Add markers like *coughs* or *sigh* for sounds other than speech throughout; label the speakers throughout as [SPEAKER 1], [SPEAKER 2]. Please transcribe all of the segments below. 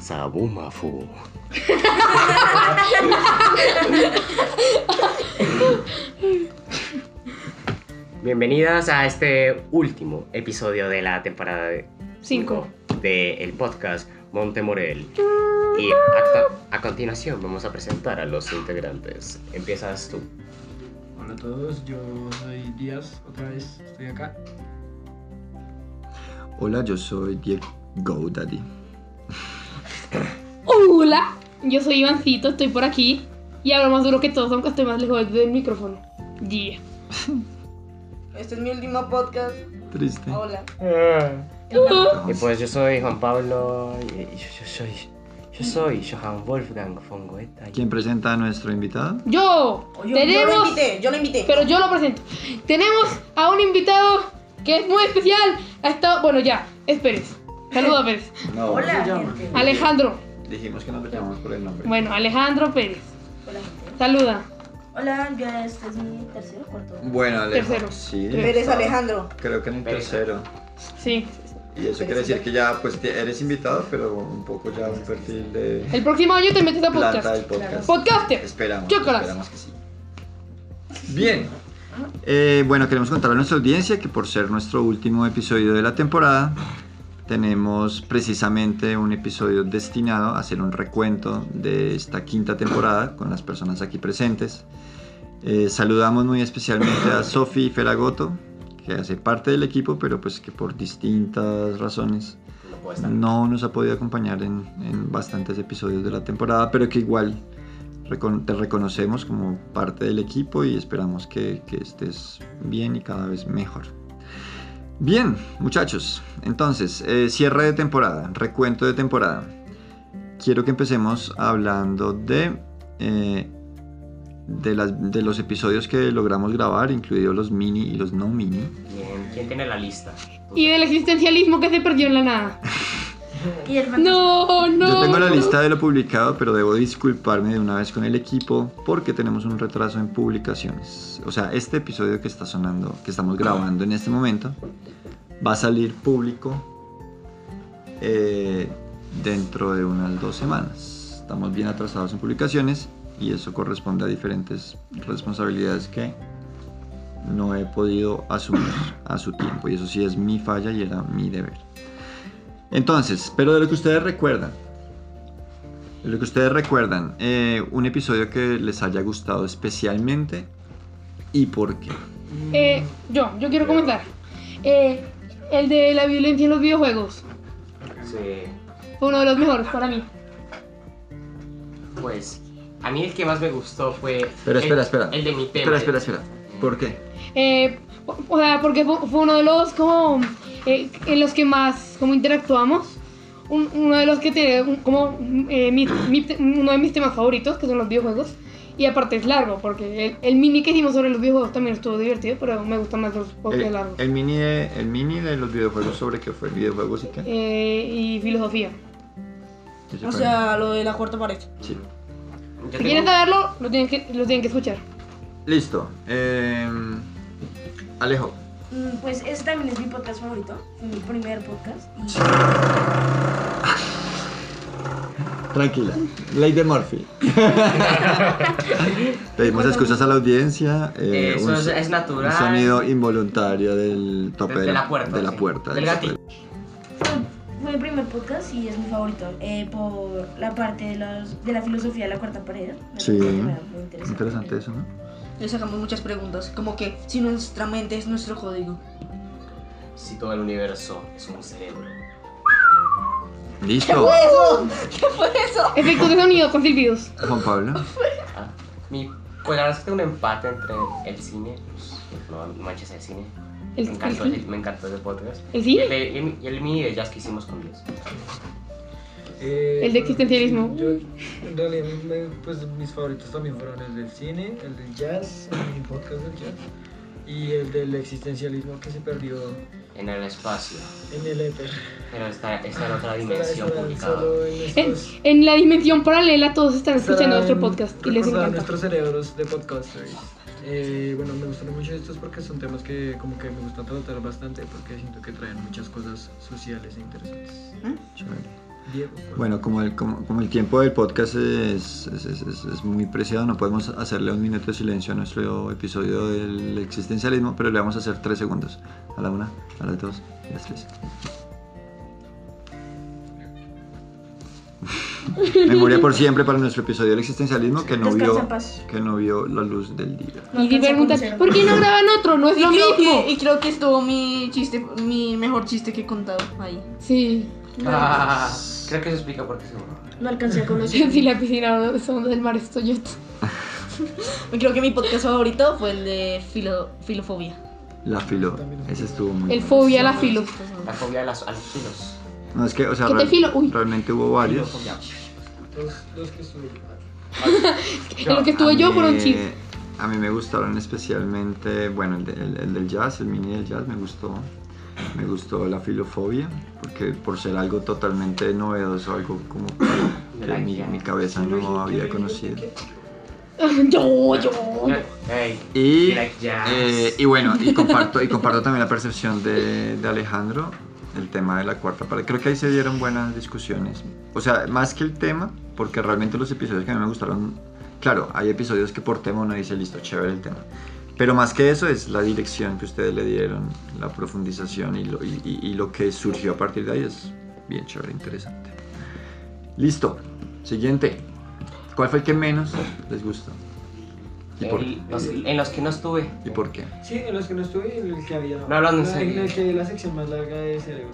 [SPEAKER 1] Sabumafu. Bienvenidas a este último episodio de la temporada de
[SPEAKER 2] Cinco.
[SPEAKER 1] de el podcast Montemorel. Y a, a continuación vamos a presentar a los integrantes. Empiezas tú.
[SPEAKER 3] Hola a todos, yo soy Díaz, otra vez estoy acá.
[SPEAKER 4] Hola, yo soy Diego GoDaddy.
[SPEAKER 2] Hola, yo soy Ivancito, estoy por aquí y hablo más duro que todos, aunque estoy más lejos del micrófono. Yeah.
[SPEAKER 5] Este es mi último podcast.
[SPEAKER 4] Triste.
[SPEAKER 5] Hola.
[SPEAKER 2] Uh-huh.
[SPEAKER 1] Y pues yo soy Juan Pablo. Y y yo, yo soy. Yo soy Johan Wolfgang von Goethe.
[SPEAKER 4] ¿Quién presenta a nuestro invitado?
[SPEAKER 2] Yo,
[SPEAKER 5] Yo, yo lo
[SPEAKER 2] tenemos,
[SPEAKER 5] invité, yo lo invité.
[SPEAKER 2] pero yo lo presento. Tenemos a un invitado que es muy especial. Ha estado, bueno, ya, es Pérez. Saludos a Pérez.
[SPEAKER 4] No, pues,
[SPEAKER 5] Hola, gente.
[SPEAKER 2] Alejandro.
[SPEAKER 4] Dijimos que no llamamos por el nombre.
[SPEAKER 2] Bueno, Alejandro Pérez.
[SPEAKER 5] Hola, gente.
[SPEAKER 2] Saluda.
[SPEAKER 5] Hola, ya este es mi tercero o cuarto.
[SPEAKER 4] Bueno, Alejo.
[SPEAKER 2] Tercero.
[SPEAKER 4] Sí.
[SPEAKER 5] Pérez
[SPEAKER 4] está-
[SPEAKER 5] Alejandro.
[SPEAKER 4] Creo que en el
[SPEAKER 1] Pérez.
[SPEAKER 4] tercero.
[SPEAKER 2] Sí.
[SPEAKER 4] Y eso quiere decir que ya pues te- eres invitado, pero un poco ya un perfil de
[SPEAKER 2] El próximo año te metes a
[SPEAKER 4] planta del
[SPEAKER 2] podcast.
[SPEAKER 4] podcast.
[SPEAKER 2] Podcaster.
[SPEAKER 4] Esperamos,
[SPEAKER 2] Chócalas.
[SPEAKER 4] esperamos que sí. Bien. Eh, bueno, queremos contar a nuestra audiencia que por ser nuestro último episodio de la temporada, tenemos precisamente un episodio destinado a hacer un recuento de esta quinta temporada con las personas aquí presentes. Eh, saludamos muy especialmente a Sofi Feragoto, que hace parte del equipo, pero pues que por distintas razones
[SPEAKER 1] No puedo estar.
[SPEAKER 4] no nos ha podido acompañar en, en bastantes episodios de la temporada, pero que igual recon- te reconocemos como parte del equipo y esperamos que, que estés bien y cada vez mejor. Bien, muchachos, entonces, eh, cierre de temporada, recuento de temporada. Quiero que empecemos hablando de, eh, de, las- de los episodios que logramos grabar, incluidos los mini y los no mini.
[SPEAKER 1] Bien, ¿quién tiene la lista? Tú.
[SPEAKER 2] Y del existencialismo que se perdió en la nada. No, no.
[SPEAKER 4] Yo tengo la
[SPEAKER 2] no.
[SPEAKER 4] lista de lo publicado, pero debo disculparme de una vez con el equipo porque tenemos un retraso en publicaciones. O sea, este episodio que está sonando, que estamos grabando en este momento, va a salir público eh, dentro de unas dos semanas. Estamos bien atrasados en publicaciones y eso corresponde a diferentes responsabilidades que no he podido asumir a su tiempo. Y eso sí es mi falla y era mi deber. Entonces, pero de lo que ustedes recuerdan, de lo que ustedes recuerdan, eh, un episodio que les haya gustado especialmente y por qué.
[SPEAKER 2] Eh, yo, yo quiero comentar. Eh, el de la violencia en los videojuegos
[SPEAKER 1] Sí.
[SPEAKER 2] fue uno de los mejores para mí.
[SPEAKER 1] Pues, a mí el que más me gustó fue.
[SPEAKER 4] Pero
[SPEAKER 1] el-
[SPEAKER 4] espera, espera.
[SPEAKER 1] El de mi tema.
[SPEAKER 4] Espera, espera, espera. ¿Por qué?
[SPEAKER 2] Eh, o- o sea, porque fu- fue, uno de los como eh, en los que más como interactuamos. Un- uno de los que te un- como eh, mi- mi te- uno de mis temas favoritos, que son los videojuegos. Y aparte es largo, porque el, el mini que hicimos sobre los videojuegos también estuvo divertido, pero me gustan más los podcasts
[SPEAKER 4] El,
[SPEAKER 2] largos.
[SPEAKER 4] el mini de, el mini de los videojuegos sobre qué fue videojuegos y qué.
[SPEAKER 2] Eh, y filosofía.
[SPEAKER 4] Ese
[SPEAKER 5] O
[SPEAKER 4] fue.
[SPEAKER 5] sea, lo de la cuarta pared.
[SPEAKER 4] Sí.
[SPEAKER 1] Yo
[SPEAKER 2] Si
[SPEAKER 1] tengo-
[SPEAKER 2] quieren saberlo, lo tienen que, lo tienen que escuchar.
[SPEAKER 4] Listo. eh, Alejo.
[SPEAKER 6] Mm, Pues ese también es mi podcast favorito, fue mi primer podcast. Y
[SPEAKER 4] Tranquila. Ley
[SPEAKER 1] *laughs*
[SPEAKER 4] de Murphy. Pedimos excusas a la audiencia. eh,
[SPEAKER 1] Eso
[SPEAKER 4] un
[SPEAKER 1] es,
[SPEAKER 4] so-
[SPEAKER 1] es
[SPEAKER 4] Un
[SPEAKER 1] natural.
[SPEAKER 4] sonido involuntario del tope
[SPEAKER 1] De- de la puerta,
[SPEAKER 4] De la
[SPEAKER 1] sí.
[SPEAKER 4] puerta,
[SPEAKER 1] Del
[SPEAKER 4] del
[SPEAKER 1] gatillo.
[SPEAKER 4] tope.
[SPEAKER 6] fue, fue mi primer podcast y es mi favorito eh, por la parte de, los- de la filosofía de la cuarta pared. me
[SPEAKER 4] Sí.
[SPEAKER 6] parece muy interesante.
[SPEAKER 4] Interesante eso, ¿no?
[SPEAKER 5] Le sacamos muchas preguntas, como que si nuestra mente es nuestro código.
[SPEAKER 1] Si todo el universo es un cerebro.
[SPEAKER 5] *laughs*
[SPEAKER 4] Listo,
[SPEAKER 2] Efectos de sonido con silbidos.
[SPEAKER 4] Juan Pablo.
[SPEAKER 1] Ah, mi, pues la verdad es que tengo un empate entre el cine. pues, No no manches el cine.
[SPEAKER 2] El,
[SPEAKER 1] me,
[SPEAKER 2] el
[SPEAKER 1] encantó,
[SPEAKER 2] cine.
[SPEAKER 1] el- me encantó ese podcast.
[SPEAKER 2] ¿El
[SPEAKER 1] Y el,
[SPEAKER 2] cine?
[SPEAKER 1] de- y el- y el mini de jazz que hicimos con Dios.
[SPEAKER 2] El de existencialismo.
[SPEAKER 3] Eh, Yo, en realidad, me- pues mis favoritos también fueron el del cine, el del jazz, el mi podcast del jazz, y el del existencialismo que se perdió
[SPEAKER 1] En el espacio.
[SPEAKER 3] en el éter.
[SPEAKER 1] Pero esta, esta era otra
[SPEAKER 3] *laughs* Estará-
[SPEAKER 1] dimensión
[SPEAKER 3] estarán
[SPEAKER 1] publicada.
[SPEAKER 3] solo en
[SPEAKER 2] En,
[SPEAKER 3] nuestros-
[SPEAKER 2] en la dimensión paralela todos están Eh, escuchando
[SPEAKER 3] estarán
[SPEAKER 2] nuestro podcast y les
[SPEAKER 3] recordando
[SPEAKER 2] encanta.
[SPEAKER 3] nuestros cerebros de podcasters. Eh, bueno, me gustaron mucho estos porque son temas que como que me gusta tratar bastante porque siento que traen muchas cosas sociales e interesantes.
[SPEAKER 4] Chévere.
[SPEAKER 3] Diego. pues.
[SPEAKER 4] Bueno, como el, como, como el tiempo del podcast es, es- es- es- es muy preciado, no podemos hacerle un minuto de silencio a nuestro episodio del existencialismo, pero le vamos a hacer tres segundos. A la una, a las dos, a
[SPEAKER 2] *laughs*
[SPEAKER 4] las tres. Memoria por siempre para nuestro episodio del existencialismo que no
[SPEAKER 6] Descansa
[SPEAKER 4] vio
[SPEAKER 6] en paz.
[SPEAKER 4] que no vio la luz del día.
[SPEAKER 6] No
[SPEAKER 2] y si
[SPEAKER 6] alcancé a
[SPEAKER 2] preguntan,
[SPEAKER 6] conocer.
[SPEAKER 2] ¿por qué no graban otro? No es
[SPEAKER 5] Y
[SPEAKER 2] lo
[SPEAKER 5] creo,
[SPEAKER 2] mismo.
[SPEAKER 5] que, y creo que estuvo mi chiste, mi mejor chiste que he contado ahí.
[SPEAKER 2] Sí,
[SPEAKER 7] Ah, creo que eso explica por qué se borró.
[SPEAKER 6] No alcancé a
[SPEAKER 2] *laughs*
[SPEAKER 6] conocer.
[SPEAKER 2] si la piscina son del mar es Toyota.
[SPEAKER 5] Creo que mi podcast favorito fue el de filo, filofobia.
[SPEAKER 4] La filo, ese estuvo muy
[SPEAKER 2] El
[SPEAKER 4] bueno.
[SPEAKER 2] fobia a la filo.
[SPEAKER 7] La fobia a, las, a los filos.
[SPEAKER 4] No es que, o sea,
[SPEAKER 2] ¿Qué te
[SPEAKER 4] real-
[SPEAKER 2] filo? Uy.
[SPEAKER 4] realmente hubo varios.
[SPEAKER 7] Filofobia.
[SPEAKER 3] Los, los que estuvieron.
[SPEAKER 2] En lo que estuve
[SPEAKER 4] A
[SPEAKER 2] yo fueron
[SPEAKER 4] mí-
[SPEAKER 2] chistes.
[SPEAKER 4] A mí me gustaron especialmente, bueno, el, de- el- el del jazz, el mini del jazz me gustó. Me gustó la filofobia, porque por ser algo totalmente novedoso, algo como
[SPEAKER 7] *coughs*
[SPEAKER 4] que
[SPEAKER 7] la
[SPEAKER 4] mi,
[SPEAKER 7] idea.
[SPEAKER 4] mi cabeza Ah, no había conocido.
[SPEAKER 2] Yo, yo.
[SPEAKER 7] Ey,
[SPEAKER 4] Y,
[SPEAKER 7] like jazz.
[SPEAKER 4] eh, y bueno, y comparto, y comparto también la percepción de, de Alejandro, el tema de la cuarta parte. Creo que ahí se dieron buenas discusiones. O sea, más que el tema, porque realmente los episodios que a mí me gustaron, claro, hay episodios que por tema uno dice, listo, chévere el tema. Pero más que eso es la dirección que ustedes le dieron, la profundización y lo, y- y- y lo que surgió a partir de ahí es bien chévere, interesante. Listo, siguiente. ¿Cuál fue el que menos les gustó? ¿Y por-
[SPEAKER 7] El- los- en los que no estuve.
[SPEAKER 4] ¿Y por qué?
[SPEAKER 3] Sí, en los que no estuve y en el que había.
[SPEAKER 7] No, hablando en
[SPEAKER 3] la-
[SPEAKER 7] serio.
[SPEAKER 3] En el que había la sección más larga de cerebro.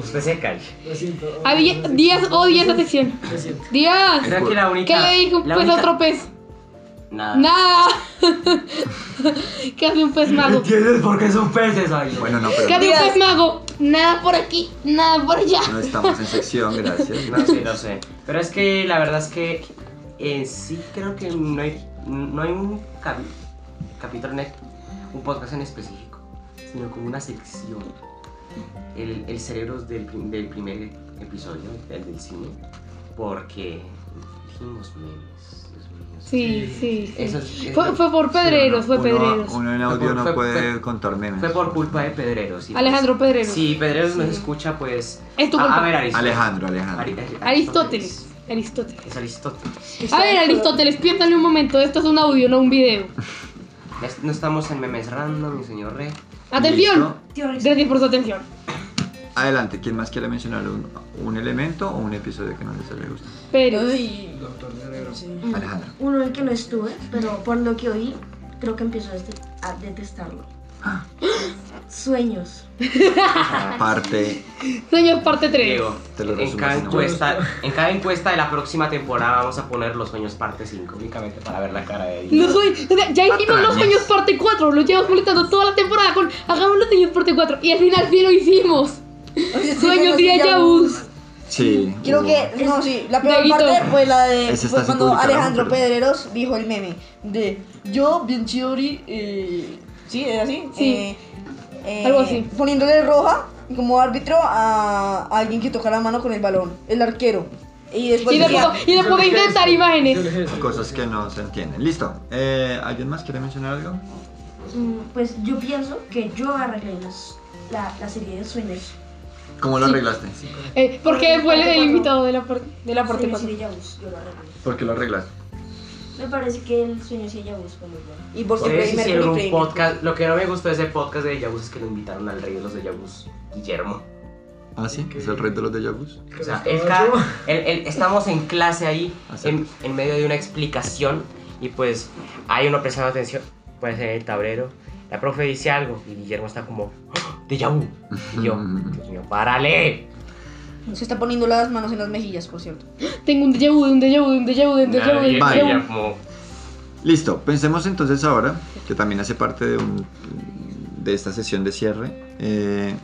[SPEAKER 7] Usted se calle.
[SPEAKER 3] Lo siento.
[SPEAKER 2] Había oh, 10 odié esa sección.
[SPEAKER 3] Lo siento.
[SPEAKER 2] 10.
[SPEAKER 7] Creo que la única.
[SPEAKER 2] ¿Qué le dijo un
[SPEAKER 7] la
[SPEAKER 2] pez a
[SPEAKER 7] única- Ah.
[SPEAKER 2] otro pez?
[SPEAKER 7] Nada.
[SPEAKER 2] Nada. *laughs* ¿Qué hace un pez
[SPEAKER 7] *laughs*
[SPEAKER 2] mago?
[SPEAKER 7] ¿Entiendes por qué son peces ahí?
[SPEAKER 4] Bueno, no,
[SPEAKER 2] ¿Qué
[SPEAKER 4] pero
[SPEAKER 2] hace un pez mago? Nada por aquí, nada por allá.
[SPEAKER 4] no estamos en
[SPEAKER 2] *laughs*
[SPEAKER 4] sección, gracias.
[SPEAKER 7] No sé, no sé. Pero es que la verdad es que en sí creo que no hay, no hay un capi- capítulo en el- un podcast en específico, sino como una sección. El, el cerebro del, prim- del primer episodio, el del cine, porque dijimos memes. Dios mío.
[SPEAKER 2] Sí, sí. sí.
[SPEAKER 7] Eso es- es-
[SPEAKER 2] Fue, fue por Pedreros, fue
[SPEAKER 4] Uno-
[SPEAKER 2] Pedreros.
[SPEAKER 4] Uno, en audio
[SPEAKER 7] Fue-
[SPEAKER 4] no
[SPEAKER 7] fue-
[SPEAKER 4] puede
[SPEAKER 7] fue-
[SPEAKER 4] contar memes.
[SPEAKER 7] Fue por culpa de Pedreros. y
[SPEAKER 2] Alejandro
[SPEAKER 7] pues,
[SPEAKER 2] Pedreros.
[SPEAKER 7] si Pedreros nos escucha, pues.
[SPEAKER 2] Es tu
[SPEAKER 7] a-
[SPEAKER 2] culpa.
[SPEAKER 7] a, ver, Aristóteles.
[SPEAKER 4] Alejandro,
[SPEAKER 7] Ari-
[SPEAKER 4] Alejandro.
[SPEAKER 7] Ari-
[SPEAKER 2] Aristóteles. Aristóteles.
[SPEAKER 7] Es Aristóteles.
[SPEAKER 2] A ver, Aristóteles, piénsale un momento. Esto es un audio, no un video.
[SPEAKER 7] Ya est- No estamos en memes random, mi señor Rey.
[SPEAKER 2] Atención.
[SPEAKER 6] Tío,
[SPEAKER 2] Gracias por su atención.
[SPEAKER 4] Adelante, ¿quién más quiere mencionar un, un elemento o un episodio que no les haya gustado?
[SPEAKER 2] Pero.
[SPEAKER 5] Ay,
[SPEAKER 3] Doctor Cerebro.
[SPEAKER 4] Alejandro.
[SPEAKER 6] uno en que no estuve, pero por lo que oí, creo que empiezo a, dest- a detestarlo.
[SPEAKER 4] Ah.
[SPEAKER 6] Sueños.
[SPEAKER 4] Parte,
[SPEAKER 2] Sueños parte 3.
[SPEAKER 7] Diego,
[SPEAKER 4] Te lo
[SPEAKER 7] en
[SPEAKER 4] resumo
[SPEAKER 7] cada,
[SPEAKER 4] así nomás.
[SPEAKER 7] encuesta, en cada encuesta de la próxima temporada vamos a poner los sueños parte 5, únicamente para ver la cara de Diego.
[SPEAKER 2] Los sueños, o sea, ya hicimos los sueños parte 4, lo llevamos completando toda la temporada con hagamos los sueños parte 4 y al final sí lo hicimos. Sueños y déjà vus.
[SPEAKER 4] sí.
[SPEAKER 5] Quiero
[SPEAKER 4] hubo-
[SPEAKER 5] que, no, sí, la peor
[SPEAKER 2] Dieguito.
[SPEAKER 5] parte fue la de
[SPEAKER 4] Ese está
[SPEAKER 5] fue
[SPEAKER 4] sin
[SPEAKER 5] cuando
[SPEAKER 4] publicar aún,
[SPEAKER 5] Alejandro
[SPEAKER 4] pero-
[SPEAKER 5] Pedreros dijo el meme de yo, bien chidori, eh, sí, era así,
[SPEAKER 2] Sí.
[SPEAKER 5] Eh, eh,
[SPEAKER 2] Algo así.
[SPEAKER 5] poniéndole roja como árbitro a alguien que toca la mano con el balón, el arquero. Y después
[SPEAKER 2] Y
[SPEAKER 5] decía,
[SPEAKER 2] después, y después de inventar imágenes.
[SPEAKER 4] Cosas que no se entienden. Listo. Eh, ¿Alguien más quiere mencionar algo?
[SPEAKER 6] Mm, Pues yo pienso que yo arreglé las- la, la serie de sueños.
[SPEAKER 4] ¿Cómo lo arreglaste?
[SPEAKER 2] Eh, porque fue el, el invitado de la, par- de la parte
[SPEAKER 6] Sueños y
[SPEAKER 2] 4.
[SPEAKER 6] déjà vus, yo lo arreglé.
[SPEAKER 4] ¿Por qué lo arreglaste?
[SPEAKER 6] Me parece que el sueño y déjà vus fue muy bueno.
[SPEAKER 5] y por siempre
[SPEAKER 7] Ustedes
[SPEAKER 5] Freddie
[SPEAKER 7] hicieron
[SPEAKER 5] Mercury,
[SPEAKER 7] un
[SPEAKER 5] Freddie
[SPEAKER 7] podcast, lo que no me gustó de ese podcast de Déjà Vu es que lo invitaron al rey de los Déjà Vus, Guillermo.
[SPEAKER 4] Ah, sí, es el rey de los déjà vus.
[SPEAKER 7] O sea, él
[SPEAKER 2] *laughs*
[SPEAKER 7] ca- él- él- estamos en clase ahí, en,
[SPEAKER 4] Acepto.
[SPEAKER 7] en medio de una explicación, y pues hay uno prestando atención, pues en el tablero, la profe dice algo, y Guillermo está como, ¡Ah! Déjà Vu.
[SPEAKER 4] *laughs*
[SPEAKER 7] Y yo, Dios mío, párale.
[SPEAKER 5] Mercury. Se está poniendo las manos en las mejillas, por cierto.
[SPEAKER 2] Tengo un déjà vu, un déjà vu, un déjà vu, un déjà vu, un
[SPEAKER 7] Nadie-
[SPEAKER 4] Vale.
[SPEAKER 2] déjà vu.
[SPEAKER 7] ella como,
[SPEAKER 4] Listo, pensemos entonces ahora, que también hace parte de, un- de esta sesión de cierre, eh,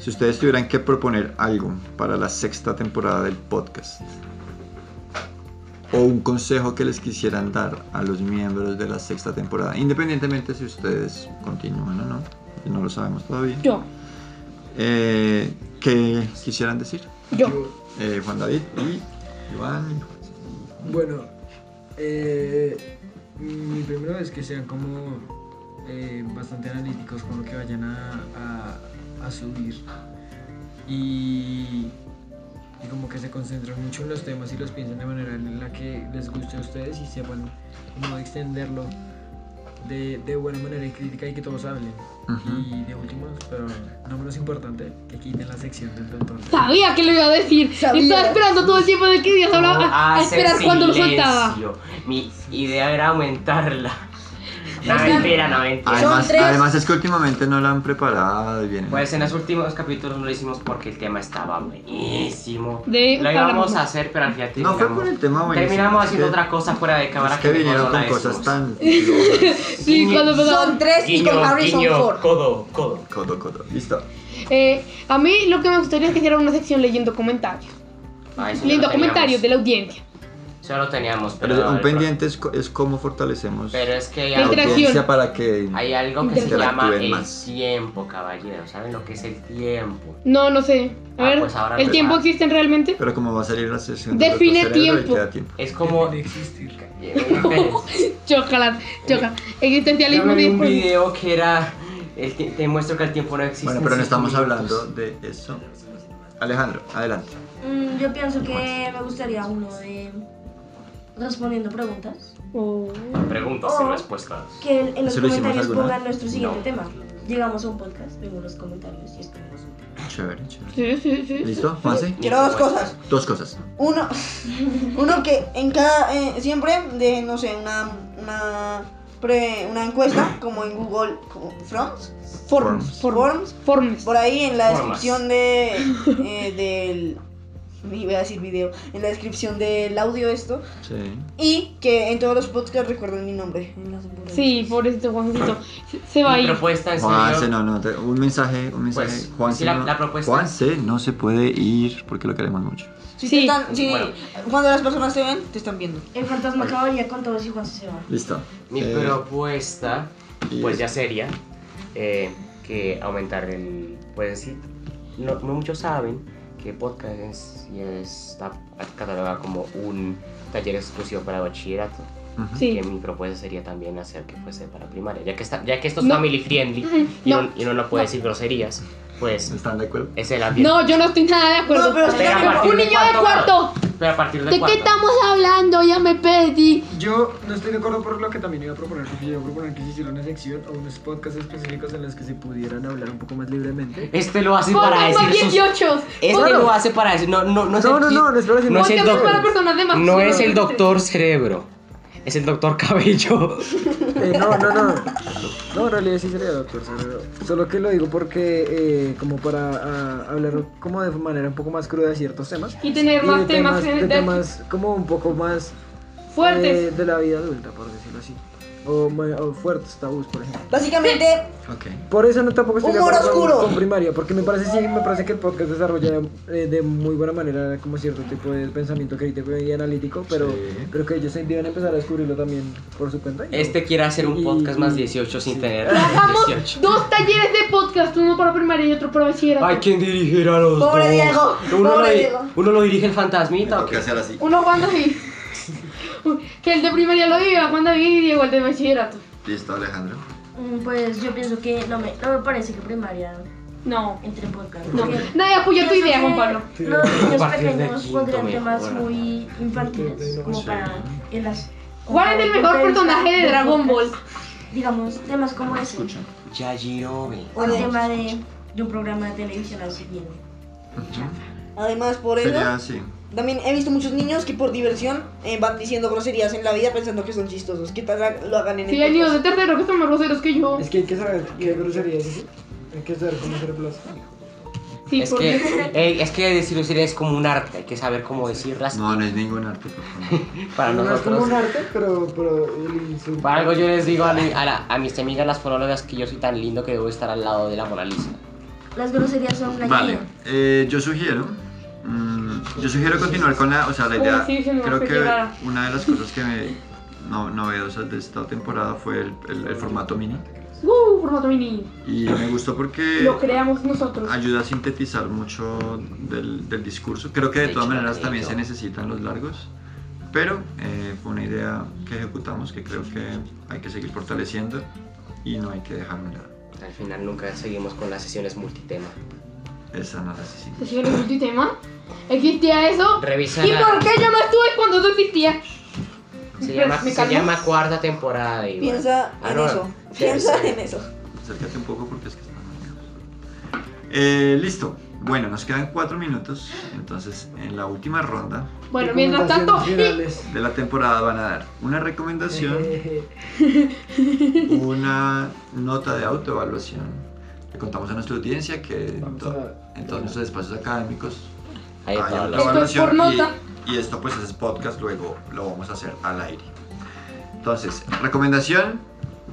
[SPEAKER 4] si ustedes tuvieran que proponer algo para la sexta temporada del podcast, o un consejo que les quisieran dar a los miembros de la sexta temporada, independientemente si ustedes continúan o no, que no lo sabemos todavía,
[SPEAKER 2] Yo,
[SPEAKER 4] eh, ¿qué quisieran decir?
[SPEAKER 2] yo.
[SPEAKER 4] Eh, Juan David y Iván.
[SPEAKER 3] Bueno, eh, mi primero es que sean como eh, bastante analíticos con lo que vayan a, a- a subir. Y que se concentran mucho en los temas y los piensan de manera en la que les guste a ustedes y sepan cómo extenderlo de, de buena manera y crítica y que todos hablen.
[SPEAKER 4] Ujú.
[SPEAKER 3] Y de último, pero no menos importante, que quiten la sección del doctor.
[SPEAKER 2] Sabía que lo iba a decir.
[SPEAKER 5] Sabía.
[SPEAKER 2] Estaba esperando todo el tiempo de que Dios hablaba a, a
[SPEAKER 7] Hace
[SPEAKER 2] esperar cuando lo soltaba.
[SPEAKER 7] silencio. Mi idea era
[SPEAKER 2] *laughs*
[SPEAKER 7] aumentarla. No, mentira, no, mentira.
[SPEAKER 4] Además,
[SPEAKER 5] tres.
[SPEAKER 4] además es que últimamente no la han preparado y vienen.
[SPEAKER 7] Pues en los últimos capítulos no lo hicimos porque el tema estaba buenísimo.
[SPEAKER 2] De-
[SPEAKER 7] lo íbamos
[SPEAKER 2] hablamos.
[SPEAKER 7] a hacer, pero al final
[SPEAKER 4] no
[SPEAKER 7] terminamos,
[SPEAKER 4] fue por el tema Ah, buenísimo.
[SPEAKER 7] terminamos
[SPEAKER 4] es
[SPEAKER 7] haciendo
[SPEAKER 4] que-
[SPEAKER 7] otra cosa fuera de cámara
[SPEAKER 4] Es que vinieron
[SPEAKER 7] mejor no
[SPEAKER 4] con
[SPEAKER 7] la
[SPEAKER 4] cosas
[SPEAKER 7] decimos. *laughs*
[SPEAKER 4] tan...
[SPEAKER 2] Sí, cuando
[SPEAKER 5] Son
[SPEAKER 2] pasaba.
[SPEAKER 5] tres y con Harrison Ford.
[SPEAKER 1] codo, codo.
[SPEAKER 4] codo, codo. Listo.
[SPEAKER 2] Eh, a mí lo que me gustaría es que hiciera una sección leyendo comentarios.
[SPEAKER 7] Ah, eso ya
[SPEAKER 2] Leyendo
[SPEAKER 7] lo teníamos.
[SPEAKER 2] comentarios de la audiencia.
[SPEAKER 7] Ya lo teníamos, pero.
[SPEAKER 4] Pero un
[SPEAKER 7] el pro-
[SPEAKER 4] pendiente es, co- es cómo fortalecemos
[SPEAKER 7] Pero es que hay
[SPEAKER 2] La
[SPEAKER 7] algo,
[SPEAKER 2] interacción.
[SPEAKER 4] para que...
[SPEAKER 7] hay algo que se
[SPEAKER 4] Interactúen
[SPEAKER 7] llama el
[SPEAKER 4] más.
[SPEAKER 7] tiempo, caballero. ¿Saben lo que es el tiempo?
[SPEAKER 2] No, no sé. A
[SPEAKER 7] Ah,
[SPEAKER 2] ver,
[SPEAKER 7] pues ahora
[SPEAKER 2] ¿el
[SPEAKER 7] no.
[SPEAKER 2] tiempo existe realmente?
[SPEAKER 4] Pero como va a salir la sesión...
[SPEAKER 2] Define
[SPEAKER 4] del cerebro,
[SPEAKER 2] tiempo.
[SPEAKER 4] ahí queda tiempo.
[SPEAKER 7] Es como.
[SPEAKER 3] Deben existir.
[SPEAKER 2] Chocolate, chocolate.
[SPEAKER 7] Yo
[SPEAKER 2] Existencialismo
[SPEAKER 7] vi un
[SPEAKER 2] de
[SPEAKER 7] video que era. el ti- te muestro que el tiempo no existe.
[SPEAKER 4] Bueno,
[SPEAKER 7] en
[SPEAKER 4] pero no
[SPEAKER 7] cinco
[SPEAKER 4] estamos
[SPEAKER 7] minutos.
[SPEAKER 4] hablando de eso. Alejandro, adelante.
[SPEAKER 6] Mm, yo pienso que me gustaría uno de respondiendo preguntas.
[SPEAKER 2] Oh.
[SPEAKER 7] Preguntas y
[SPEAKER 6] Oh.
[SPEAKER 7] respuestas.
[SPEAKER 6] Que en, en los
[SPEAKER 4] ¿Eso lo hicimos
[SPEAKER 6] comentarios
[SPEAKER 4] alguna
[SPEAKER 6] pongan nuestro siguiente
[SPEAKER 7] No.
[SPEAKER 6] tema. Llegamos a un podcast, vemos los comentarios y escribimos un tema.
[SPEAKER 4] Chévere, chévere.
[SPEAKER 2] Sí, sí, sí.
[SPEAKER 4] ¿Listo? Juanse,
[SPEAKER 5] Quiero dos cosas.
[SPEAKER 4] dos cosas.
[SPEAKER 5] Uno, *laughs* uno que en cada, eh, siempre de, no sé, una, una, pre- una
[SPEAKER 2] *clears throat*
[SPEAKER 5] encuesta, como en Google como Forms,
[SPEAKER 2] Forms.
[SPEAKER 5] Forms,
[SPEAKER 2] Forms.
[SPEAKER 5] por ahí en la
[SPEAKER 7] Formas.
[SPEAKER 2] *laughs*
[SPEAKER 5] descripción de, eh, del, iba a decir video, en la descripción del audio esto,
[SPEAKER 4] Sí.
[SPEAKER 5] y que en todos los podcasts recuerden mi nombre. en las hamburguesas.
[SPEAKER 2] Sí, pobrecito Juancito. Se- Se va a
[SPEAKER 7] Mi
[SPEAKER 2] ir.
[SPEAKER 7] propuesta en
[SPEAKER 4] Juanse,
[SPEAKER 7] serio-
[SPEAKER 4] no, no, te- un mensaje, un mensaje.
[SPEAKER 7] Pues,
[SPEAKER 4] Juanse,
[SPEAKER 7] sí, la-
[SPEAKER 4] no,
[SPEAKER 7] la propuesta-
[SPEAKER 4] Juanse no se puede ir porque lo queremos mucho.
[SPEAKER 5] Si
[SPEAKER 2] Sí.
[SPEAKER 5] te están- si-
[SPEAKER 7] Bueno.
[SPEAKER 5] Cuando las personas te ven, te están viendo.
[SPEAKER 6] El fantasma acabaría con todos y Juan se va.
[SPEAKER 4] Listo.
[SPEAKER 7] Mi
[SPEAKER 4] Eh,
[SPEAKER 7] propuesta,
[SPEAKER 4] y
[SPEAKER 7] pues
[SPEAKER 4] es-
[SPEAKER 7] ya sería eh, que aumentar el. Pues sí, no, no muchos saben que podcast es- y está catalogado como un taller exclusivo para bachillerato.
[SPEAKER 4] Ujú.
[SPEAKER 2] Sí.
[SPEAKER 7] Que mi propuesta sería también hacer que fuese para primaria. Ya que, está, ya que esto es
[SPEAKER 2] No.
[SPEAKER 7] family friendly
[SPEAKER 2] Mm,
[SPEAKER 7] y,
[SPEAKER 2] no.
[SPEAKER 7] uno, y uno no puede decir groserías, pues
[SPEAKER 4] ¿Están de acuerdo?
[SPEAKER 7] es el ambiente.
[SPEAKER 2] No, yo no estoy nada de acuerdo.
[SPEAKER 5] No, pero estoy de acuerdo.
[SPEAKER 2] un niño de cuarto.
[SPEAKER 7] Pero a partir de,
[SPEAKER 2] ¿De qué
[SPEAKER 7] cuarto.
[SPEAKER 2] estamos hablando? Ya me pedí.
[SPEAKER 3] Yo no estoy de acuerdo por lo que también iba a proponer, porque yo iba a proponer que se hiciera una sección o unos podcasts específicos en los que se pudieran hablar un poco más libremente.
[SPEAKER 2] Eh,
[SPEAKER 7] Este lo hace para
[SPEAKER 2] Pongan más
[SPEAKER 7] decir sus
[SPEAKER 2] 18.
[SPEAKER 7] Este
[SPEAKER 2] Pongan-
[SPEAKER 7] lo hace para decir. No, no, no es
[SPEAKER 3] No,
[SPEAKER 7] el
[SPEAKER 3] no,
[SPEAKER 7] ti-
[SPEAKER 3] no, no es para decir-
[SPEAKER 7] no es el
[SPEAKER 2] Podcast
[SPEAKER 7] doc-
[SPEAKER 2] para personas de más-
[SPEAKER 7] No es el doctor cerebro. Es el doctor cabello.
[SPEAKER 3] Eh, no, no, no. No, en realidad sí sería doctor. Cerebro. Solo que lo digo porque, eh, como para ah, hablar como de manera un poco más cruda de ciertos temas.
[SPEAKER 2] Y tener
[SPEAKER 3] Y
[SPEAKER 2] más
[SPEAKER 3] de
[SPEAKER 2] temas, en-
[SPEAKER 3] de
[SPEAKER 2] de-
[SPEAKER 3] temas como un poco más eh,
[SPEAKER 2] fuertes.
[SPEAKER 3] de la vida adulta, por decirlo así. O, ma- o fuertes tabús, por ejemplo.
[SPEAKER 5] Básicamente,
[SPEAKER 4] Ok.
[SPEAKER 3] Por eso no tampoco estoy de
[SPEAKER 5] Humor
[SPEAKER 3] acuerdo con-
[SPEAKER 5] oscuro.
[SPEAKER 3] con primaria, porque me parece sí, me parece que el podcast desarrolla eh, de muy buena manera como cierto tipo de pensamiento crítico y analítico, pero
[SPEAKER 4] Sí.
[SPEAKER 3] creo que ellos deben empezar a descubrirlo también por su cuenta.
[SPEAKER 7] Este quiere hacer un
[SPEAKER 3] Y-
[SPEAKER 7] podcast más 18 sin
[SPEAKER 3] sí.
[SPEAKER 7] tener
[SPEAKER 2] Hagamos
[SPEAKER 7] 18.
[SPEAKER 2] dos talleres de podcast, uno para primaria y otro para bachillerato.
[SPEAKER 7] Hay quien dirigirá los
[SPEAKER 5] Pobre
[SPEAKER 7] dos.
[SPEAKER 5] Diego,
[SPEAKER 7] Uno,
[SPEAKER 5] pobre
[SPEAKER 7] lo, di-
[SPEAKER 5] Diego.
[SPEAKER 7] uno lo dirige el fantasmita. ¿o
[SPEAKER 4] que
[SPEAKER 7] qué?
[SPEAKER 4] hacer así.
[SPEAKER 2] Uno Juan David. *laughs* que el de primaria lo diga, Juan David y Diego el de bachillerato.
[SPEAKER 4] Listo, Alejandro.
[SPEAKER 6] Mm, Pues yo pienso que no me, no me parece que primaria
[SPEAKER 2] No.
[SPEAKER 6] entre podcast.
[SPEAKER 2] No.
[SPEAKER 6] porque
[SPEAKER 2] Nadie apoya tu
[SPEAKER 6] pienso
[SPEAKER 2] idea,
[SPEAKER 6] que
[SPEAKER 2] Juan Pablo.
[SPEAKER 6] Los niños
[SPEAKER 7] A partir de
[SPEAKER 6] pequeños
[SPEAKER 7] quinto
[SPEAKER 6] pondrían
[SPEAKER 7] mejor,
[SPEAKER 6] temas
[SPEAKER 7] ¿verdad?
[SPEAKER 6] muy infantiles, como para en las.
[SPEAKER 2] ¿Cuál es el mejor personaje de Dragon Ball?
[SPEAKER 6] Digamos, temas como ese.
[SPEAKER 7] Yajirobe.
[SPEAKER 6] O el tema de, de un programa de televisión al siguiente.
[SPEAKER 5] además por eso,
[SPEAKER 4] Sería así.
[SPEAKER 5] también he visto muchos niños que por diversión eh, van diciendo groserías en la vida pensando que son chistosos. ¿Qué tal ha- lo hagan en
[SPEAKER 2] Sí,
[SPEAKER 5] el
[SPEAKER 2] hay niños de
[SPEAKER 5] podcast?
[SPEAKER 2] tercero que son más groseros que yo.
[SPEAKER 3] Es que hay que saber qué grosería es eso. Hay que saber cómo se reemplaza.
[SPEAKER 2] Sí,
[SPEAKER 7] es,
[SPEAKER 2] porque.
[SPEAKER 7] que, ey, es que decir groserías es como un arte. Hay que saber cómo decirlas
[SPEAKER 4] No, no es ningún arte, por
[SPEAKER 2] *laughs*
[SPEAKER 4] favor.
[SPEAKER 7] para
[SPEAKER 3] no es como
[SPEAKER 7] nosotros.
[SPEAKER 3] un arte, pero, pero el insulto.
[SPEAKER 7] Para algo yo les digo a, la- a la- a mis amigas las fonólogas que yo soy tan lindo que debo estar al lado de la Mona Lisa.
[SPEAKER 6] Las groserías son una
[SPEAKER 4] Vale,
[SPEAKER 6] guía.
[SPEAKER 4] eh, yo sugiero. mm, yo sugiero continuar con la. O sea, la idea.
[SPEAKER 2] Uy, sí, se me
[SPEAKER 4] creo
[SPEAKER 2] hace
[SPEAKER 4] que
[SPEAKER 2] llegar.
[SPEAKER 4] una de las cosas que me. No, novedosas de esta temporada fue el, el- el formato mini.
[SPEAKER 2] Uh, formato mini.
[SPEAKER 4] Y me gustó porque.
[SPEAKER 2] Lo creamos nosotros.
[SPEAKER 4] Ayuda a sintetizar mucho del, del discurso. Creo que de
[SPEAKER 7] De
[SPEAKER 4] todas
[SPEAKER 7] hecho,
[SPEAKER 4] maneras
[SPEAKER 7] de
[SPEAKER 4] también
[SPEAKER 7] hecho.
[SPEAKER 4] se necesitan los largos, pero eh, fue una idea que ejecutamos que creo que hay que seguir fortaleciendo y no hay que dejar a un lado.
[SPEAKER 7] Al final nunca seguimos con las sesiones multitema.
[SPEAKER 4] Esa no la asesina.
[SPEAKER 2] ¿Te sigue el oculto y tema? ¿Existía eso?
[SPEAKER 1] Revisa
[SPEAKER 2] ¿Y
[SPEAKER 1] la-
[SPEAKER 2] por qué yo no estuve cuando eso existía?
[SPEAKER 1] Se llama,
[SPEAKER 2] ¿Me
[SPEAKER 1] se
[SPEAKER 2] calmo?
[SPEAKER 1] llama cuarta temporada. Iván.
[SPEAKER 5] Piensa
[SPEAKER 2] ¿eh?
[SPEAKER 1] Ah,
[SPEAKER 5] en
[SPEAKER 1] no,
[SPEAKER 5] eso.
[SPEAKER 1] sí,
[SPEAKER 5] Piensa
[SPEAKER 1] sí.
[SPEAKER 5] en eso.
[SPEAKER 4] Acércate un poco porque es que está muy lejos. Eh, listo. Bueno, nos quedan cuatro minutos. Entonces, en la última ronda
[SPEAKER 2] Bueno, mientras tanto, y-
[SPEAKER 3] Recomendaciones
[SPEAKER 4] de la temporada van a dar una recomendación,
[SPEAKER 3] finales.
[SPEAKER 4] una nota de autoevaluación. Le contamos a nuestra audiencia que en,
[SPEAKER 3] Vamos
[SPEAKER 4] to-
[SPEAKER 3] a-
[SPEAKER 4] en todos nuestros espacios académicos
[SPEAKER 1] Ahí
[SPEAKER 4] hay
[SPEAKER 1] está.
[SPEAKER 2] Esto es
[SPEAKER 4] autoevaluación.
[SPEAKER 2] por
[SPEAKER 4] y-
[SPEAKER 2] nota.
[SPEAKER 4] Y, esto pues es podcast, luego lo vamos a hacer al aire. Entonces, recomendación,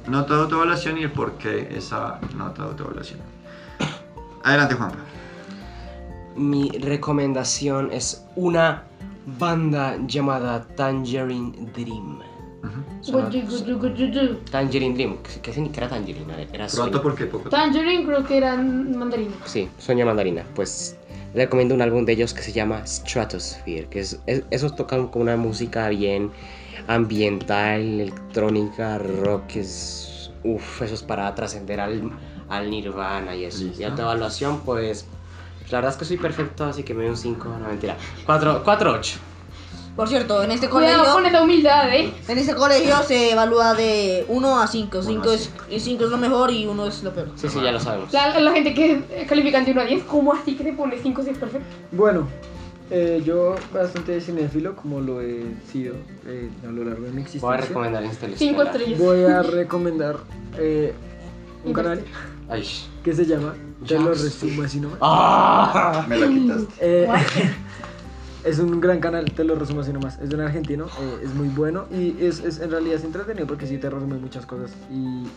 [SPEAKER 4] nota de autoevaluación y el por qué esa nota de autoevaluación. Adelante, Juanpa.
[SPEAKER 7] Mi recomendación es una banda llamada Tangerine Dream. Suena-
[SPEAKER 2] Guyu, guyu, guyu, guyu.
[SPEAKER 7] Tangerine Dream, que- que ni siquiera era Tangerine, era
[SPEAKER 4] Pronto
[SPEAKER 1] sueño.
[SPEAKER 4] porque poco.
[SPEAKER 2] Tangerine creo que eran mandarina.
[SPEAKER 1] Sí, Sueña Mandarina. Pues le recomiendo un álbum de ellos que se llama Stratosphere, que es, es- esos tocan con una música bien ambiental, electrónica, rock, es... Uf, eso es para trascender al, al nirvana y eso.
[SPEAKER 4] Listo.
[SPEAKER 1] Y a tu evaluación, pues... La verdad es que soy perfecto, así que me doy un 5, no mentira. 4, 4, 8.
[SPEAKER 5] Por cierto, en este
[SPEAKER 2] Cuidado con
[SPEAKER 5] colegio,
[SPEAKER 2] esa humildad, eh.
[SPEAKER 5] en este colegio se evalúa de 1 a 5. 5
[SPEAKER 4] a
[SPEAKER 5] es, 5 es lo mejor y 1 es lo peor.
[SPEAKER 1] Sí, sí, ya lo sabemos.
[SPEAKER 2] La, la gente que califican de 1 a 10, ¿cómo así que te pone 5 si es perfecto?
[SPEAKER 3] *laughs* Bueno, eh, yo bastante cinéfilo, como lo he sido eh, a lo largo de mi
[SPEAKER 1] Voy a
[SPEAKER 3] existencia.
[SPEAKER 1] recomendar este Interstellar.
[SPEAKER 2] 5 estrellas.
[SPEAKER 3] Voy a recomendar eh, un canal
[SPEAKER 1] Ay.
[SPEAKER 3] que se llama Te lo resumo así nomás.
[SPEAKER 1] ¡Ah!
[SPEAKER 4] Me
[SPEAKER 2] *laughs*
[SPEAKER 4] la quitaste.
[SPEAKER 3] Eh, *laughs* es un gran canal, te lo resumo así nomás. Es de un argentino, eh, es muy bueno y es, es- en realidad es entretenido porque sí te resume muchas cosas y,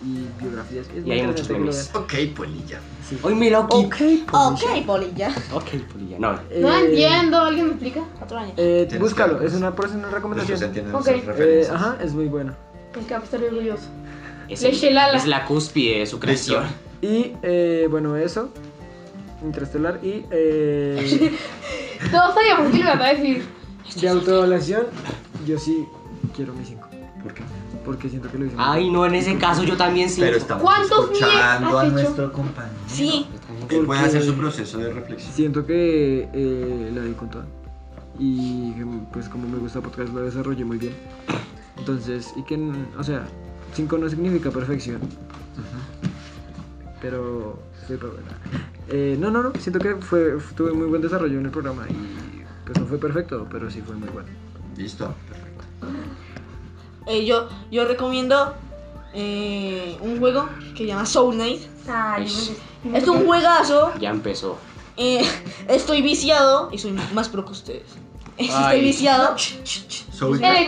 [SPEAKER 3] y biografías. Es
[SPEAKER 1] Y
[SPEAKER 3] muy
[SPEAKER 1] hay
[SPEAKER 3] interesante
[SPEAKER 1] muchos
[SPEAKER 3] que lo
[SPEAKER 1] memes.
[SPEAKER 4] Ok, pues, polilla.
[SPEAKER 3] veas. Sí.
[SPEAKER 7] Hoy me lo quito.
[SPEAKER 3] Ok, pues,
[SPEAKER 5] Ok, Poli, ya.
[SPEAKER 7] Ok,
[SPEAKER 1] pues,
[SPEAKER 7] polilla. No, no.
[SPEAKER 3] eh,
[SPEAKER 2] No entiendo, ¿alguien me explica?
[SPEAKER 5] Cuatro años.
[SPEAKER 3] eh,
[SPEAKER 4] Tienes
[SPEAKER 3] búscalo,
[SPEAKER 4] que-
[SPEAKER 3] es una, por eso es una
[SPEAKER 4] Después se
[SPEAKER 3] recomendación.
[SPEAKER 4] entienden
[SPEAKER 2] Ok.
[SPEAKER 4] esas
[SPEAKER 2] Eh,
[SPEAKER 3] Eh,
[SPEAKER 4] referencias.
[SPEAKER 3] ajá, es muy buena.
[SPEAKER 2] El cap está orgulloso.
[SPEAKER 1] Es,
[SPEAKER 2] Leche Lala.
[SPEAKER 7] Es la cúspide de su
[SPEAKER 4] Listo.
[SPEAKER 7] creación.
[SPEAKER 3] Y eh, bueno, eso. Interestelar y eh,
[SPEAKER 2] Todos sabíamos que lo iban a decir.
[SPEAKER 3] de autoevaluación, yo sí quiero mi 5.
[SPEAKER 4] ¿Por qué?
[SPEAKER 3] Porque siento que lo hice. muy
[SPEAKER 7] Ay, no, en ese caso yo también sí.
[SPEAKER 4] Pero estamos
[SPEAKER 2] ¿Cuántos
[SPEAKER 4] escuchando
[SPEAKER 2] miedos
[SPEAKER 4] a
[SPEAKER 2] has hecho?
[SPEAKER 4] nuestro compañero.
[SPEAKER 5] Sí.
[SPEAKER 4] Él puede
[SPEAKER 3] Porque-
[SPEAKER 4] hacer su proceso de reflexión.
[SPEAKER 3] Siento que eh, la di con toda. Y mm, pues como me gusta podcast lo desarrollé muy bien. Entonces, y que, n- o sea, 5 no significa perfección. Pero, sí, pero bueno. Eh, no, no, no, siento que fue, tuve muy buen desarrollo en el programa y pues no fue perfecto, pero sí fue muy bueno.
[SPEAKER 4] Listo.
[SPEAKER 5] Eh, yo, yo recomiendo eh, un juego que se llama Soul Knight.
[SPEAKER 6] Ay,
[SPEAKER 1] Ish.
[SPEAKER 5] Es un juegazo.
[SPEAKER 1] Ya empezó.
[SPEAKER 5] eh, estoy viciado. Y soy más pro que ustedes. *laughs* Estoy
[SPEAKER 1] Ay.
[SPEAKER 5] viciado.
[SPEAKER 4] Soul
[SPEAKER 2] Eh,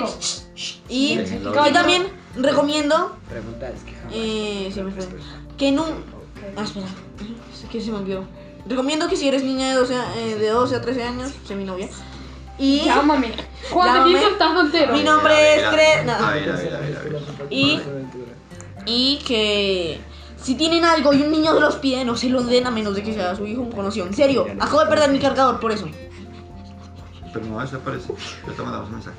[SPEAKER 5] Y
[SPEAKER 4] Sí, lo
[SPEAKER 5] yo
[SPEAKER 4] vi.
[SPEAKER 5] también recomiendo
[SPEAKER 3] Preguntas que jamás.
[SPEAKER 5] eh, se me fue. que no. Ah, espera. Es que se me olvidó. Recomiendo que si eres niña de 12, a- eh, de 12 a 13 años, sé mi novia. Y
[SPEAKER 2] Llámame. Juan,
[SPEAKER 5] Llámame.
[SPEAKER 2] ¿te siento estás soltero?
[SPEAKER 5] Mi nombre es Cre- no.
[SPEAKER 4] A ver, a ver, a ver, a ver.
[SPEAKER 5] Y- Y que si tienen algo y un niño se los pide, no se los den a menos de que sea su hijo un conocido. En serio, acabo de perder mi cargador por eso. Eh,
[SPEAKER 4] Pero no desaparece. Yo te mandamos un mensaje.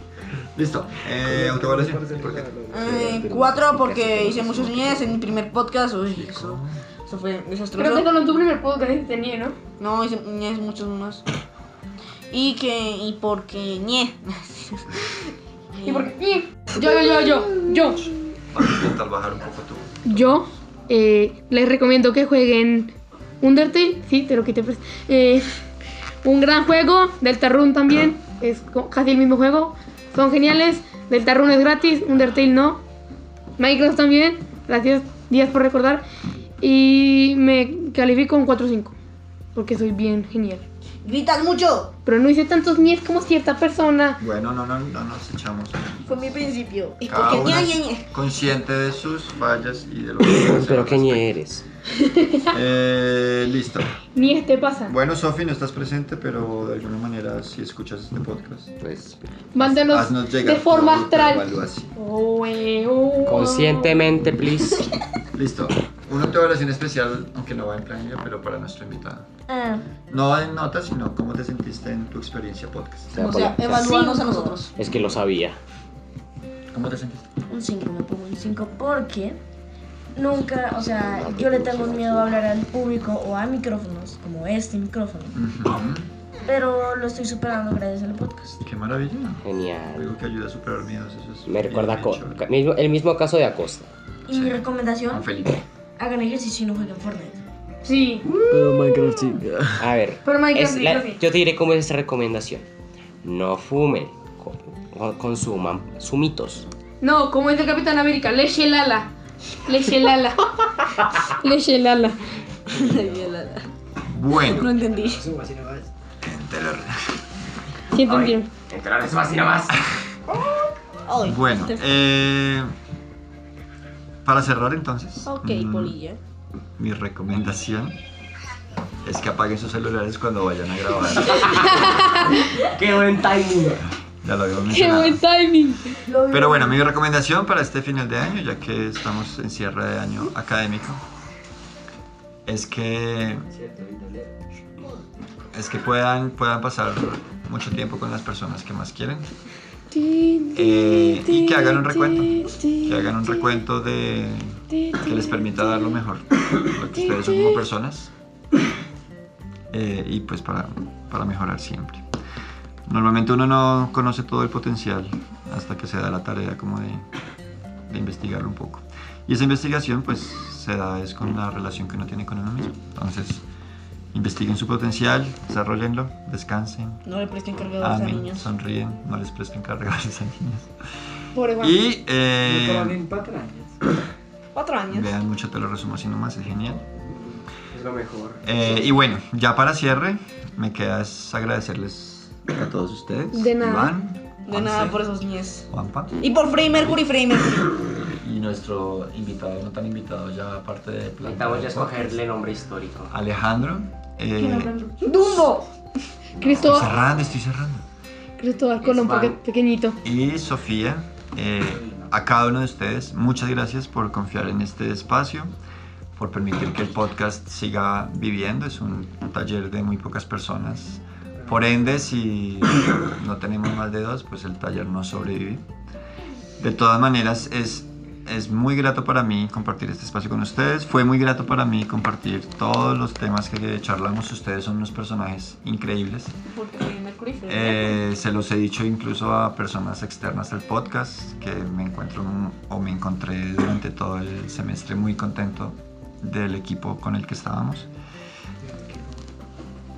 [SPEAKER 4] Listo. Eh, autoevaluación. ¿Por qué?
[SPEAKER 5] Eh, cuatro porque hice muchas niñas en mi primer podcast. Uy, eso, eso fue
[SPEAKER 2] Creo que
[SPEAKER 5] desastroso.
[SPEAKER 2] con tu primer podcast que tenía, ¿no?
[SPEAKER 5] No, hice niñas muchas más. Y que, y porque ñe. *laughs*
[SPEAKER 2] ¿Y por qué? Y- Yo, yo, yo, yo, yo.
[SPEAKER 4] Vamos a intentar bajar un poco tu.
[SPEAKER 2] Yo eh, les recomiendo que jueguen Undertale. Sí, te lo quité. pues. Eh, un gran juego. Deltarune también. Es co- casi el mismo juego. Son geniales. Deltarune es gratis. Undertale no. Minecraft también. Gracias, Díaz, por recordar. Y me califico un 4-5. Porque soy bien genial.
[SPEAKER 5] Gritas mucho.
[SPEAKER 2] Pero no hice tantos niés como cierta persona.
[SPEAKER 4] Bueno, no, no, no nos echamos.
[SPEAKER 5] Fue mi principio. Y
[SPEAKER 4] Cada
[SPEAKER 5] porque ñe,
[SPEAKER 4] una
[SPEAKER 5] ñe, ñe.
[SPEAKER 4] consciente de sus fallas y de lo que puede hacer.
[SPEAKER 1] Pero qué ñe eres.
[SPEAKER 4] Eh, listo.
[SPEAKER 2] Niés te este pasa.
[SPEAKER 4] Bueno, Sofi, no estás presente, pero de alguna manera si escuchas este podcast, pues haznos
[SPEAKER 2] Mándanos
[SPEAKER 4] llegar
[SPEAKER 2] de forma
[SPEAKER 4] tu
[SPEAKER 2] astral.
[SPEAKER 4] autoevaluación.
[SPEAKER 2] Oh, eh, oh.
[SPEAKER 1] Conscientemente, please.
[SPEAKER 4] Listo. Una autoevaluación especial, aunque no va en planilla, pero para nuestro invitado.
[SPEAKER 6] Ah,
[SPEAKER 4] No en notas, sino cómo te sentiste en tu experiencia podcast.
[SPEAKER 5] O sea, evalúanos a nosotros.
[SPEAKER 1] Es que lo sabía.
[SPEAKER 4] ¿Cómo te sentiste?
[SPEAKER 6] un 5, me pongo un 5 porque nunca, o sea, yo le tengo miedo a hablar al público o a micrófonos, como este micrófono.
[SPEAKER 4] Ujú.
[SPEAKER 6] Pero lo estoy superando gracias al podcast.
[SPEAKER 4] Qué maravilla.
[SPEAKER 1] Genial.
[SPEAKER 4] Algo que ayuda a superar miedos. Eso es
[SPEAKER 1] Me recuerda a
[SPEAKER 4] bien
[SPEAKER 1] Co-
[SPEAKER 4] hecho.
[SPEAKER 1] ca- mismo- el mismo caso de Acosta.
[SPEAKER 6] Y
[SPEAKER 4] Sí.
[SPEAKER 6] mi
[SPEAKER 4] Juan
[SPEAKER 6] recomendación,
[SPEAKER 4] Felipe.
[SPEAKER 6] hagan ejercicio y no jueguen Fortnite.
[SPEAKER 2] Sí.
[SPEAKER 3] Pero Minecraft sí.
[SPEAKER 1] A ver,
[SPEAKER 2] Pero Minecraft
[SPEAKER 1] es
[SPEAKER 2] sí,
[SPEAKER 1] la-
[SPEAKER 2] creo que-
[SPEAKER 1] yo te diré cómo es esta recomendación. No fumen, co- co- consuman sumitos.
[SPEAKER 2] No, como es el Capitán América, leche lala. Leche lala. leche lala. No
[SPEAKER 4] Bueno,
[SPEAKER 2] entendí.
[SPEAKER 4] Taylor.
[SPEAKER 2] Sí entendieron.
[SPEAKER 7] Entrar es más y nada más.
[SPEAKER 5] Ay.
[SPEAKER 4] bueno. eh, para cerrar entonces. mm, Mi recomendación es que apaguen sus celulares cuando vayan a grabar.
[SPEAKER 7] Qué buen timing.
[SPEAKER 4] ya lo habíamos
[SPEAKER 2] Qué
[SPEAKER 4] mencionado.
[SPEAKER 2] buen timing.
[SPEAKER 4] Pero bueno, mi recomendación para este final de año, ya que estamos en cierre de año académico, es que es que puedan, puedan pasar mucho tiempo con las personas que más quieren Eh, y que hagan un recuento, que hagan un recuento de que les permita dar lo mejor lo que ustedes son como personas eh, y pues para, para mejorar siempre normalmente uno no conoce todo el potencial hasta que se da la tarea como de, de investigarlo un poco y esa investigación pues se da es con la relación que uno tiene con uno mismo entonces investiguen su potencial desarrollenlo descansen
[SPEAKER 6] No le presten cargadores a
[SPEAKER 4] amen
[SPEAKER 6] niños.
[SPEAKER 4] sonríen no les presten cargadores a niños
[SPEAKER 2] Pobre Juan.
[SPEAKER 4] y eh,
[SPEAKER 5] Cuatro años.
[SPEAKER 4] vean mucho, te lo resumo así nomás, es genial.
[SPEAKER 7] Es lo mejor.
[SPEAKER 4] Eh, y bueno, ya para cierre, me queda es agradecerles a todos ustedes.
[SPEAKER 2] De nada.
[SPEAKER 4] Iván,
[SPEAKER 5] De
[SPEAKER 4] Juanse,
[SPEAKER 5] nada por esos 10.
[SPEAKER 4] Juanpa.
[SPEAKER 5] Y por Free Mercury, Free Mercury.
[SPEAKER 4] Y nuestro invitado, no tan invitado, ya aparte de.
[SPEAKER 7] Intentamos ya escogerle nombre histórico.
[SPEAKER 4] Alejandro. Eh,
[SPEAKER 5] ¡Dumbo!
[SPEAKER 4] estoy
[SPEAKER 2] Cristóbal,
[SPEAKER 4] cerrando, estoy cerrando.
[SPEAKER 2] Cristóbal Colón,
[SPEAKER 7] Juan.
[SPEAKER 2] porque pequeñito.
[SPEAKER 4] Y Sofía, eh, a cada uno de ustedes, muchas gracias por confiar en este espacio, por permitir que el podcast siga viviendo. Es un taller de muy pocas personas. Por ende, si no tenemos más de dos, pues el taller no sobrevive. De todas maneras, es, es muy grato para mí compartir este espacio con ustedes. Fue muy grato para mí compartir todos los temas que charlamos. Ustedes son unos personajes increíbles. Eh, se los he dicho incluso a personas externas del podcast que me encuentro un- o me encontré durante todo el semestre muy contento del equipo con el que estábamos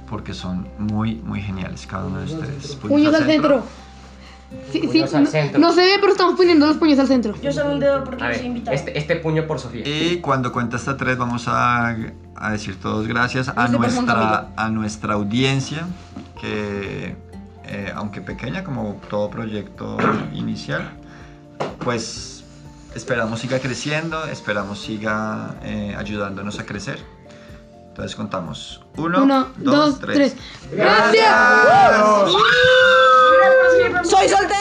[SPEAKER 4] porque son muy muy geniales cada uno de ustedes.
[SPEAKER 2] Puños al centro. Sí, sí,
[SPEAKER 7] Puños al
[SPEAKER 2] no-
[SPEAKER 7] centro.
[SPEAKER 2] No se ve, pero estamos poniendo los puños al centro.
[SPEAKER 6] Yo solo un dedo porque
[SPEAKER 7] A
[SPEAKER 6] no soy
[SPEAKER 7] ver,
[SPEAKER 6] invitado.
[SPEAKER 7] este, este puño por Sofía.
[SPEAKER 4] Y cuando cuenta hasta tres vamos a, a decir todos gracias a
[SPEAKER 5] Nos vemos,
[SPEAKER 4] nuestra, a nuestra audiencia, que eh, aunque pequeña como todo proyecto inicial, pues esperamos siga creciendo, esperamos siga eh, ayudándonos a crecer. Entonces contamos. Uno,
[SPEAKER 2] Uno,
[SPEAKER 4] dos, tres.
[SPEAKER 2] ¡Gracias!
[SPEAKER 5] ¡Soy soltero!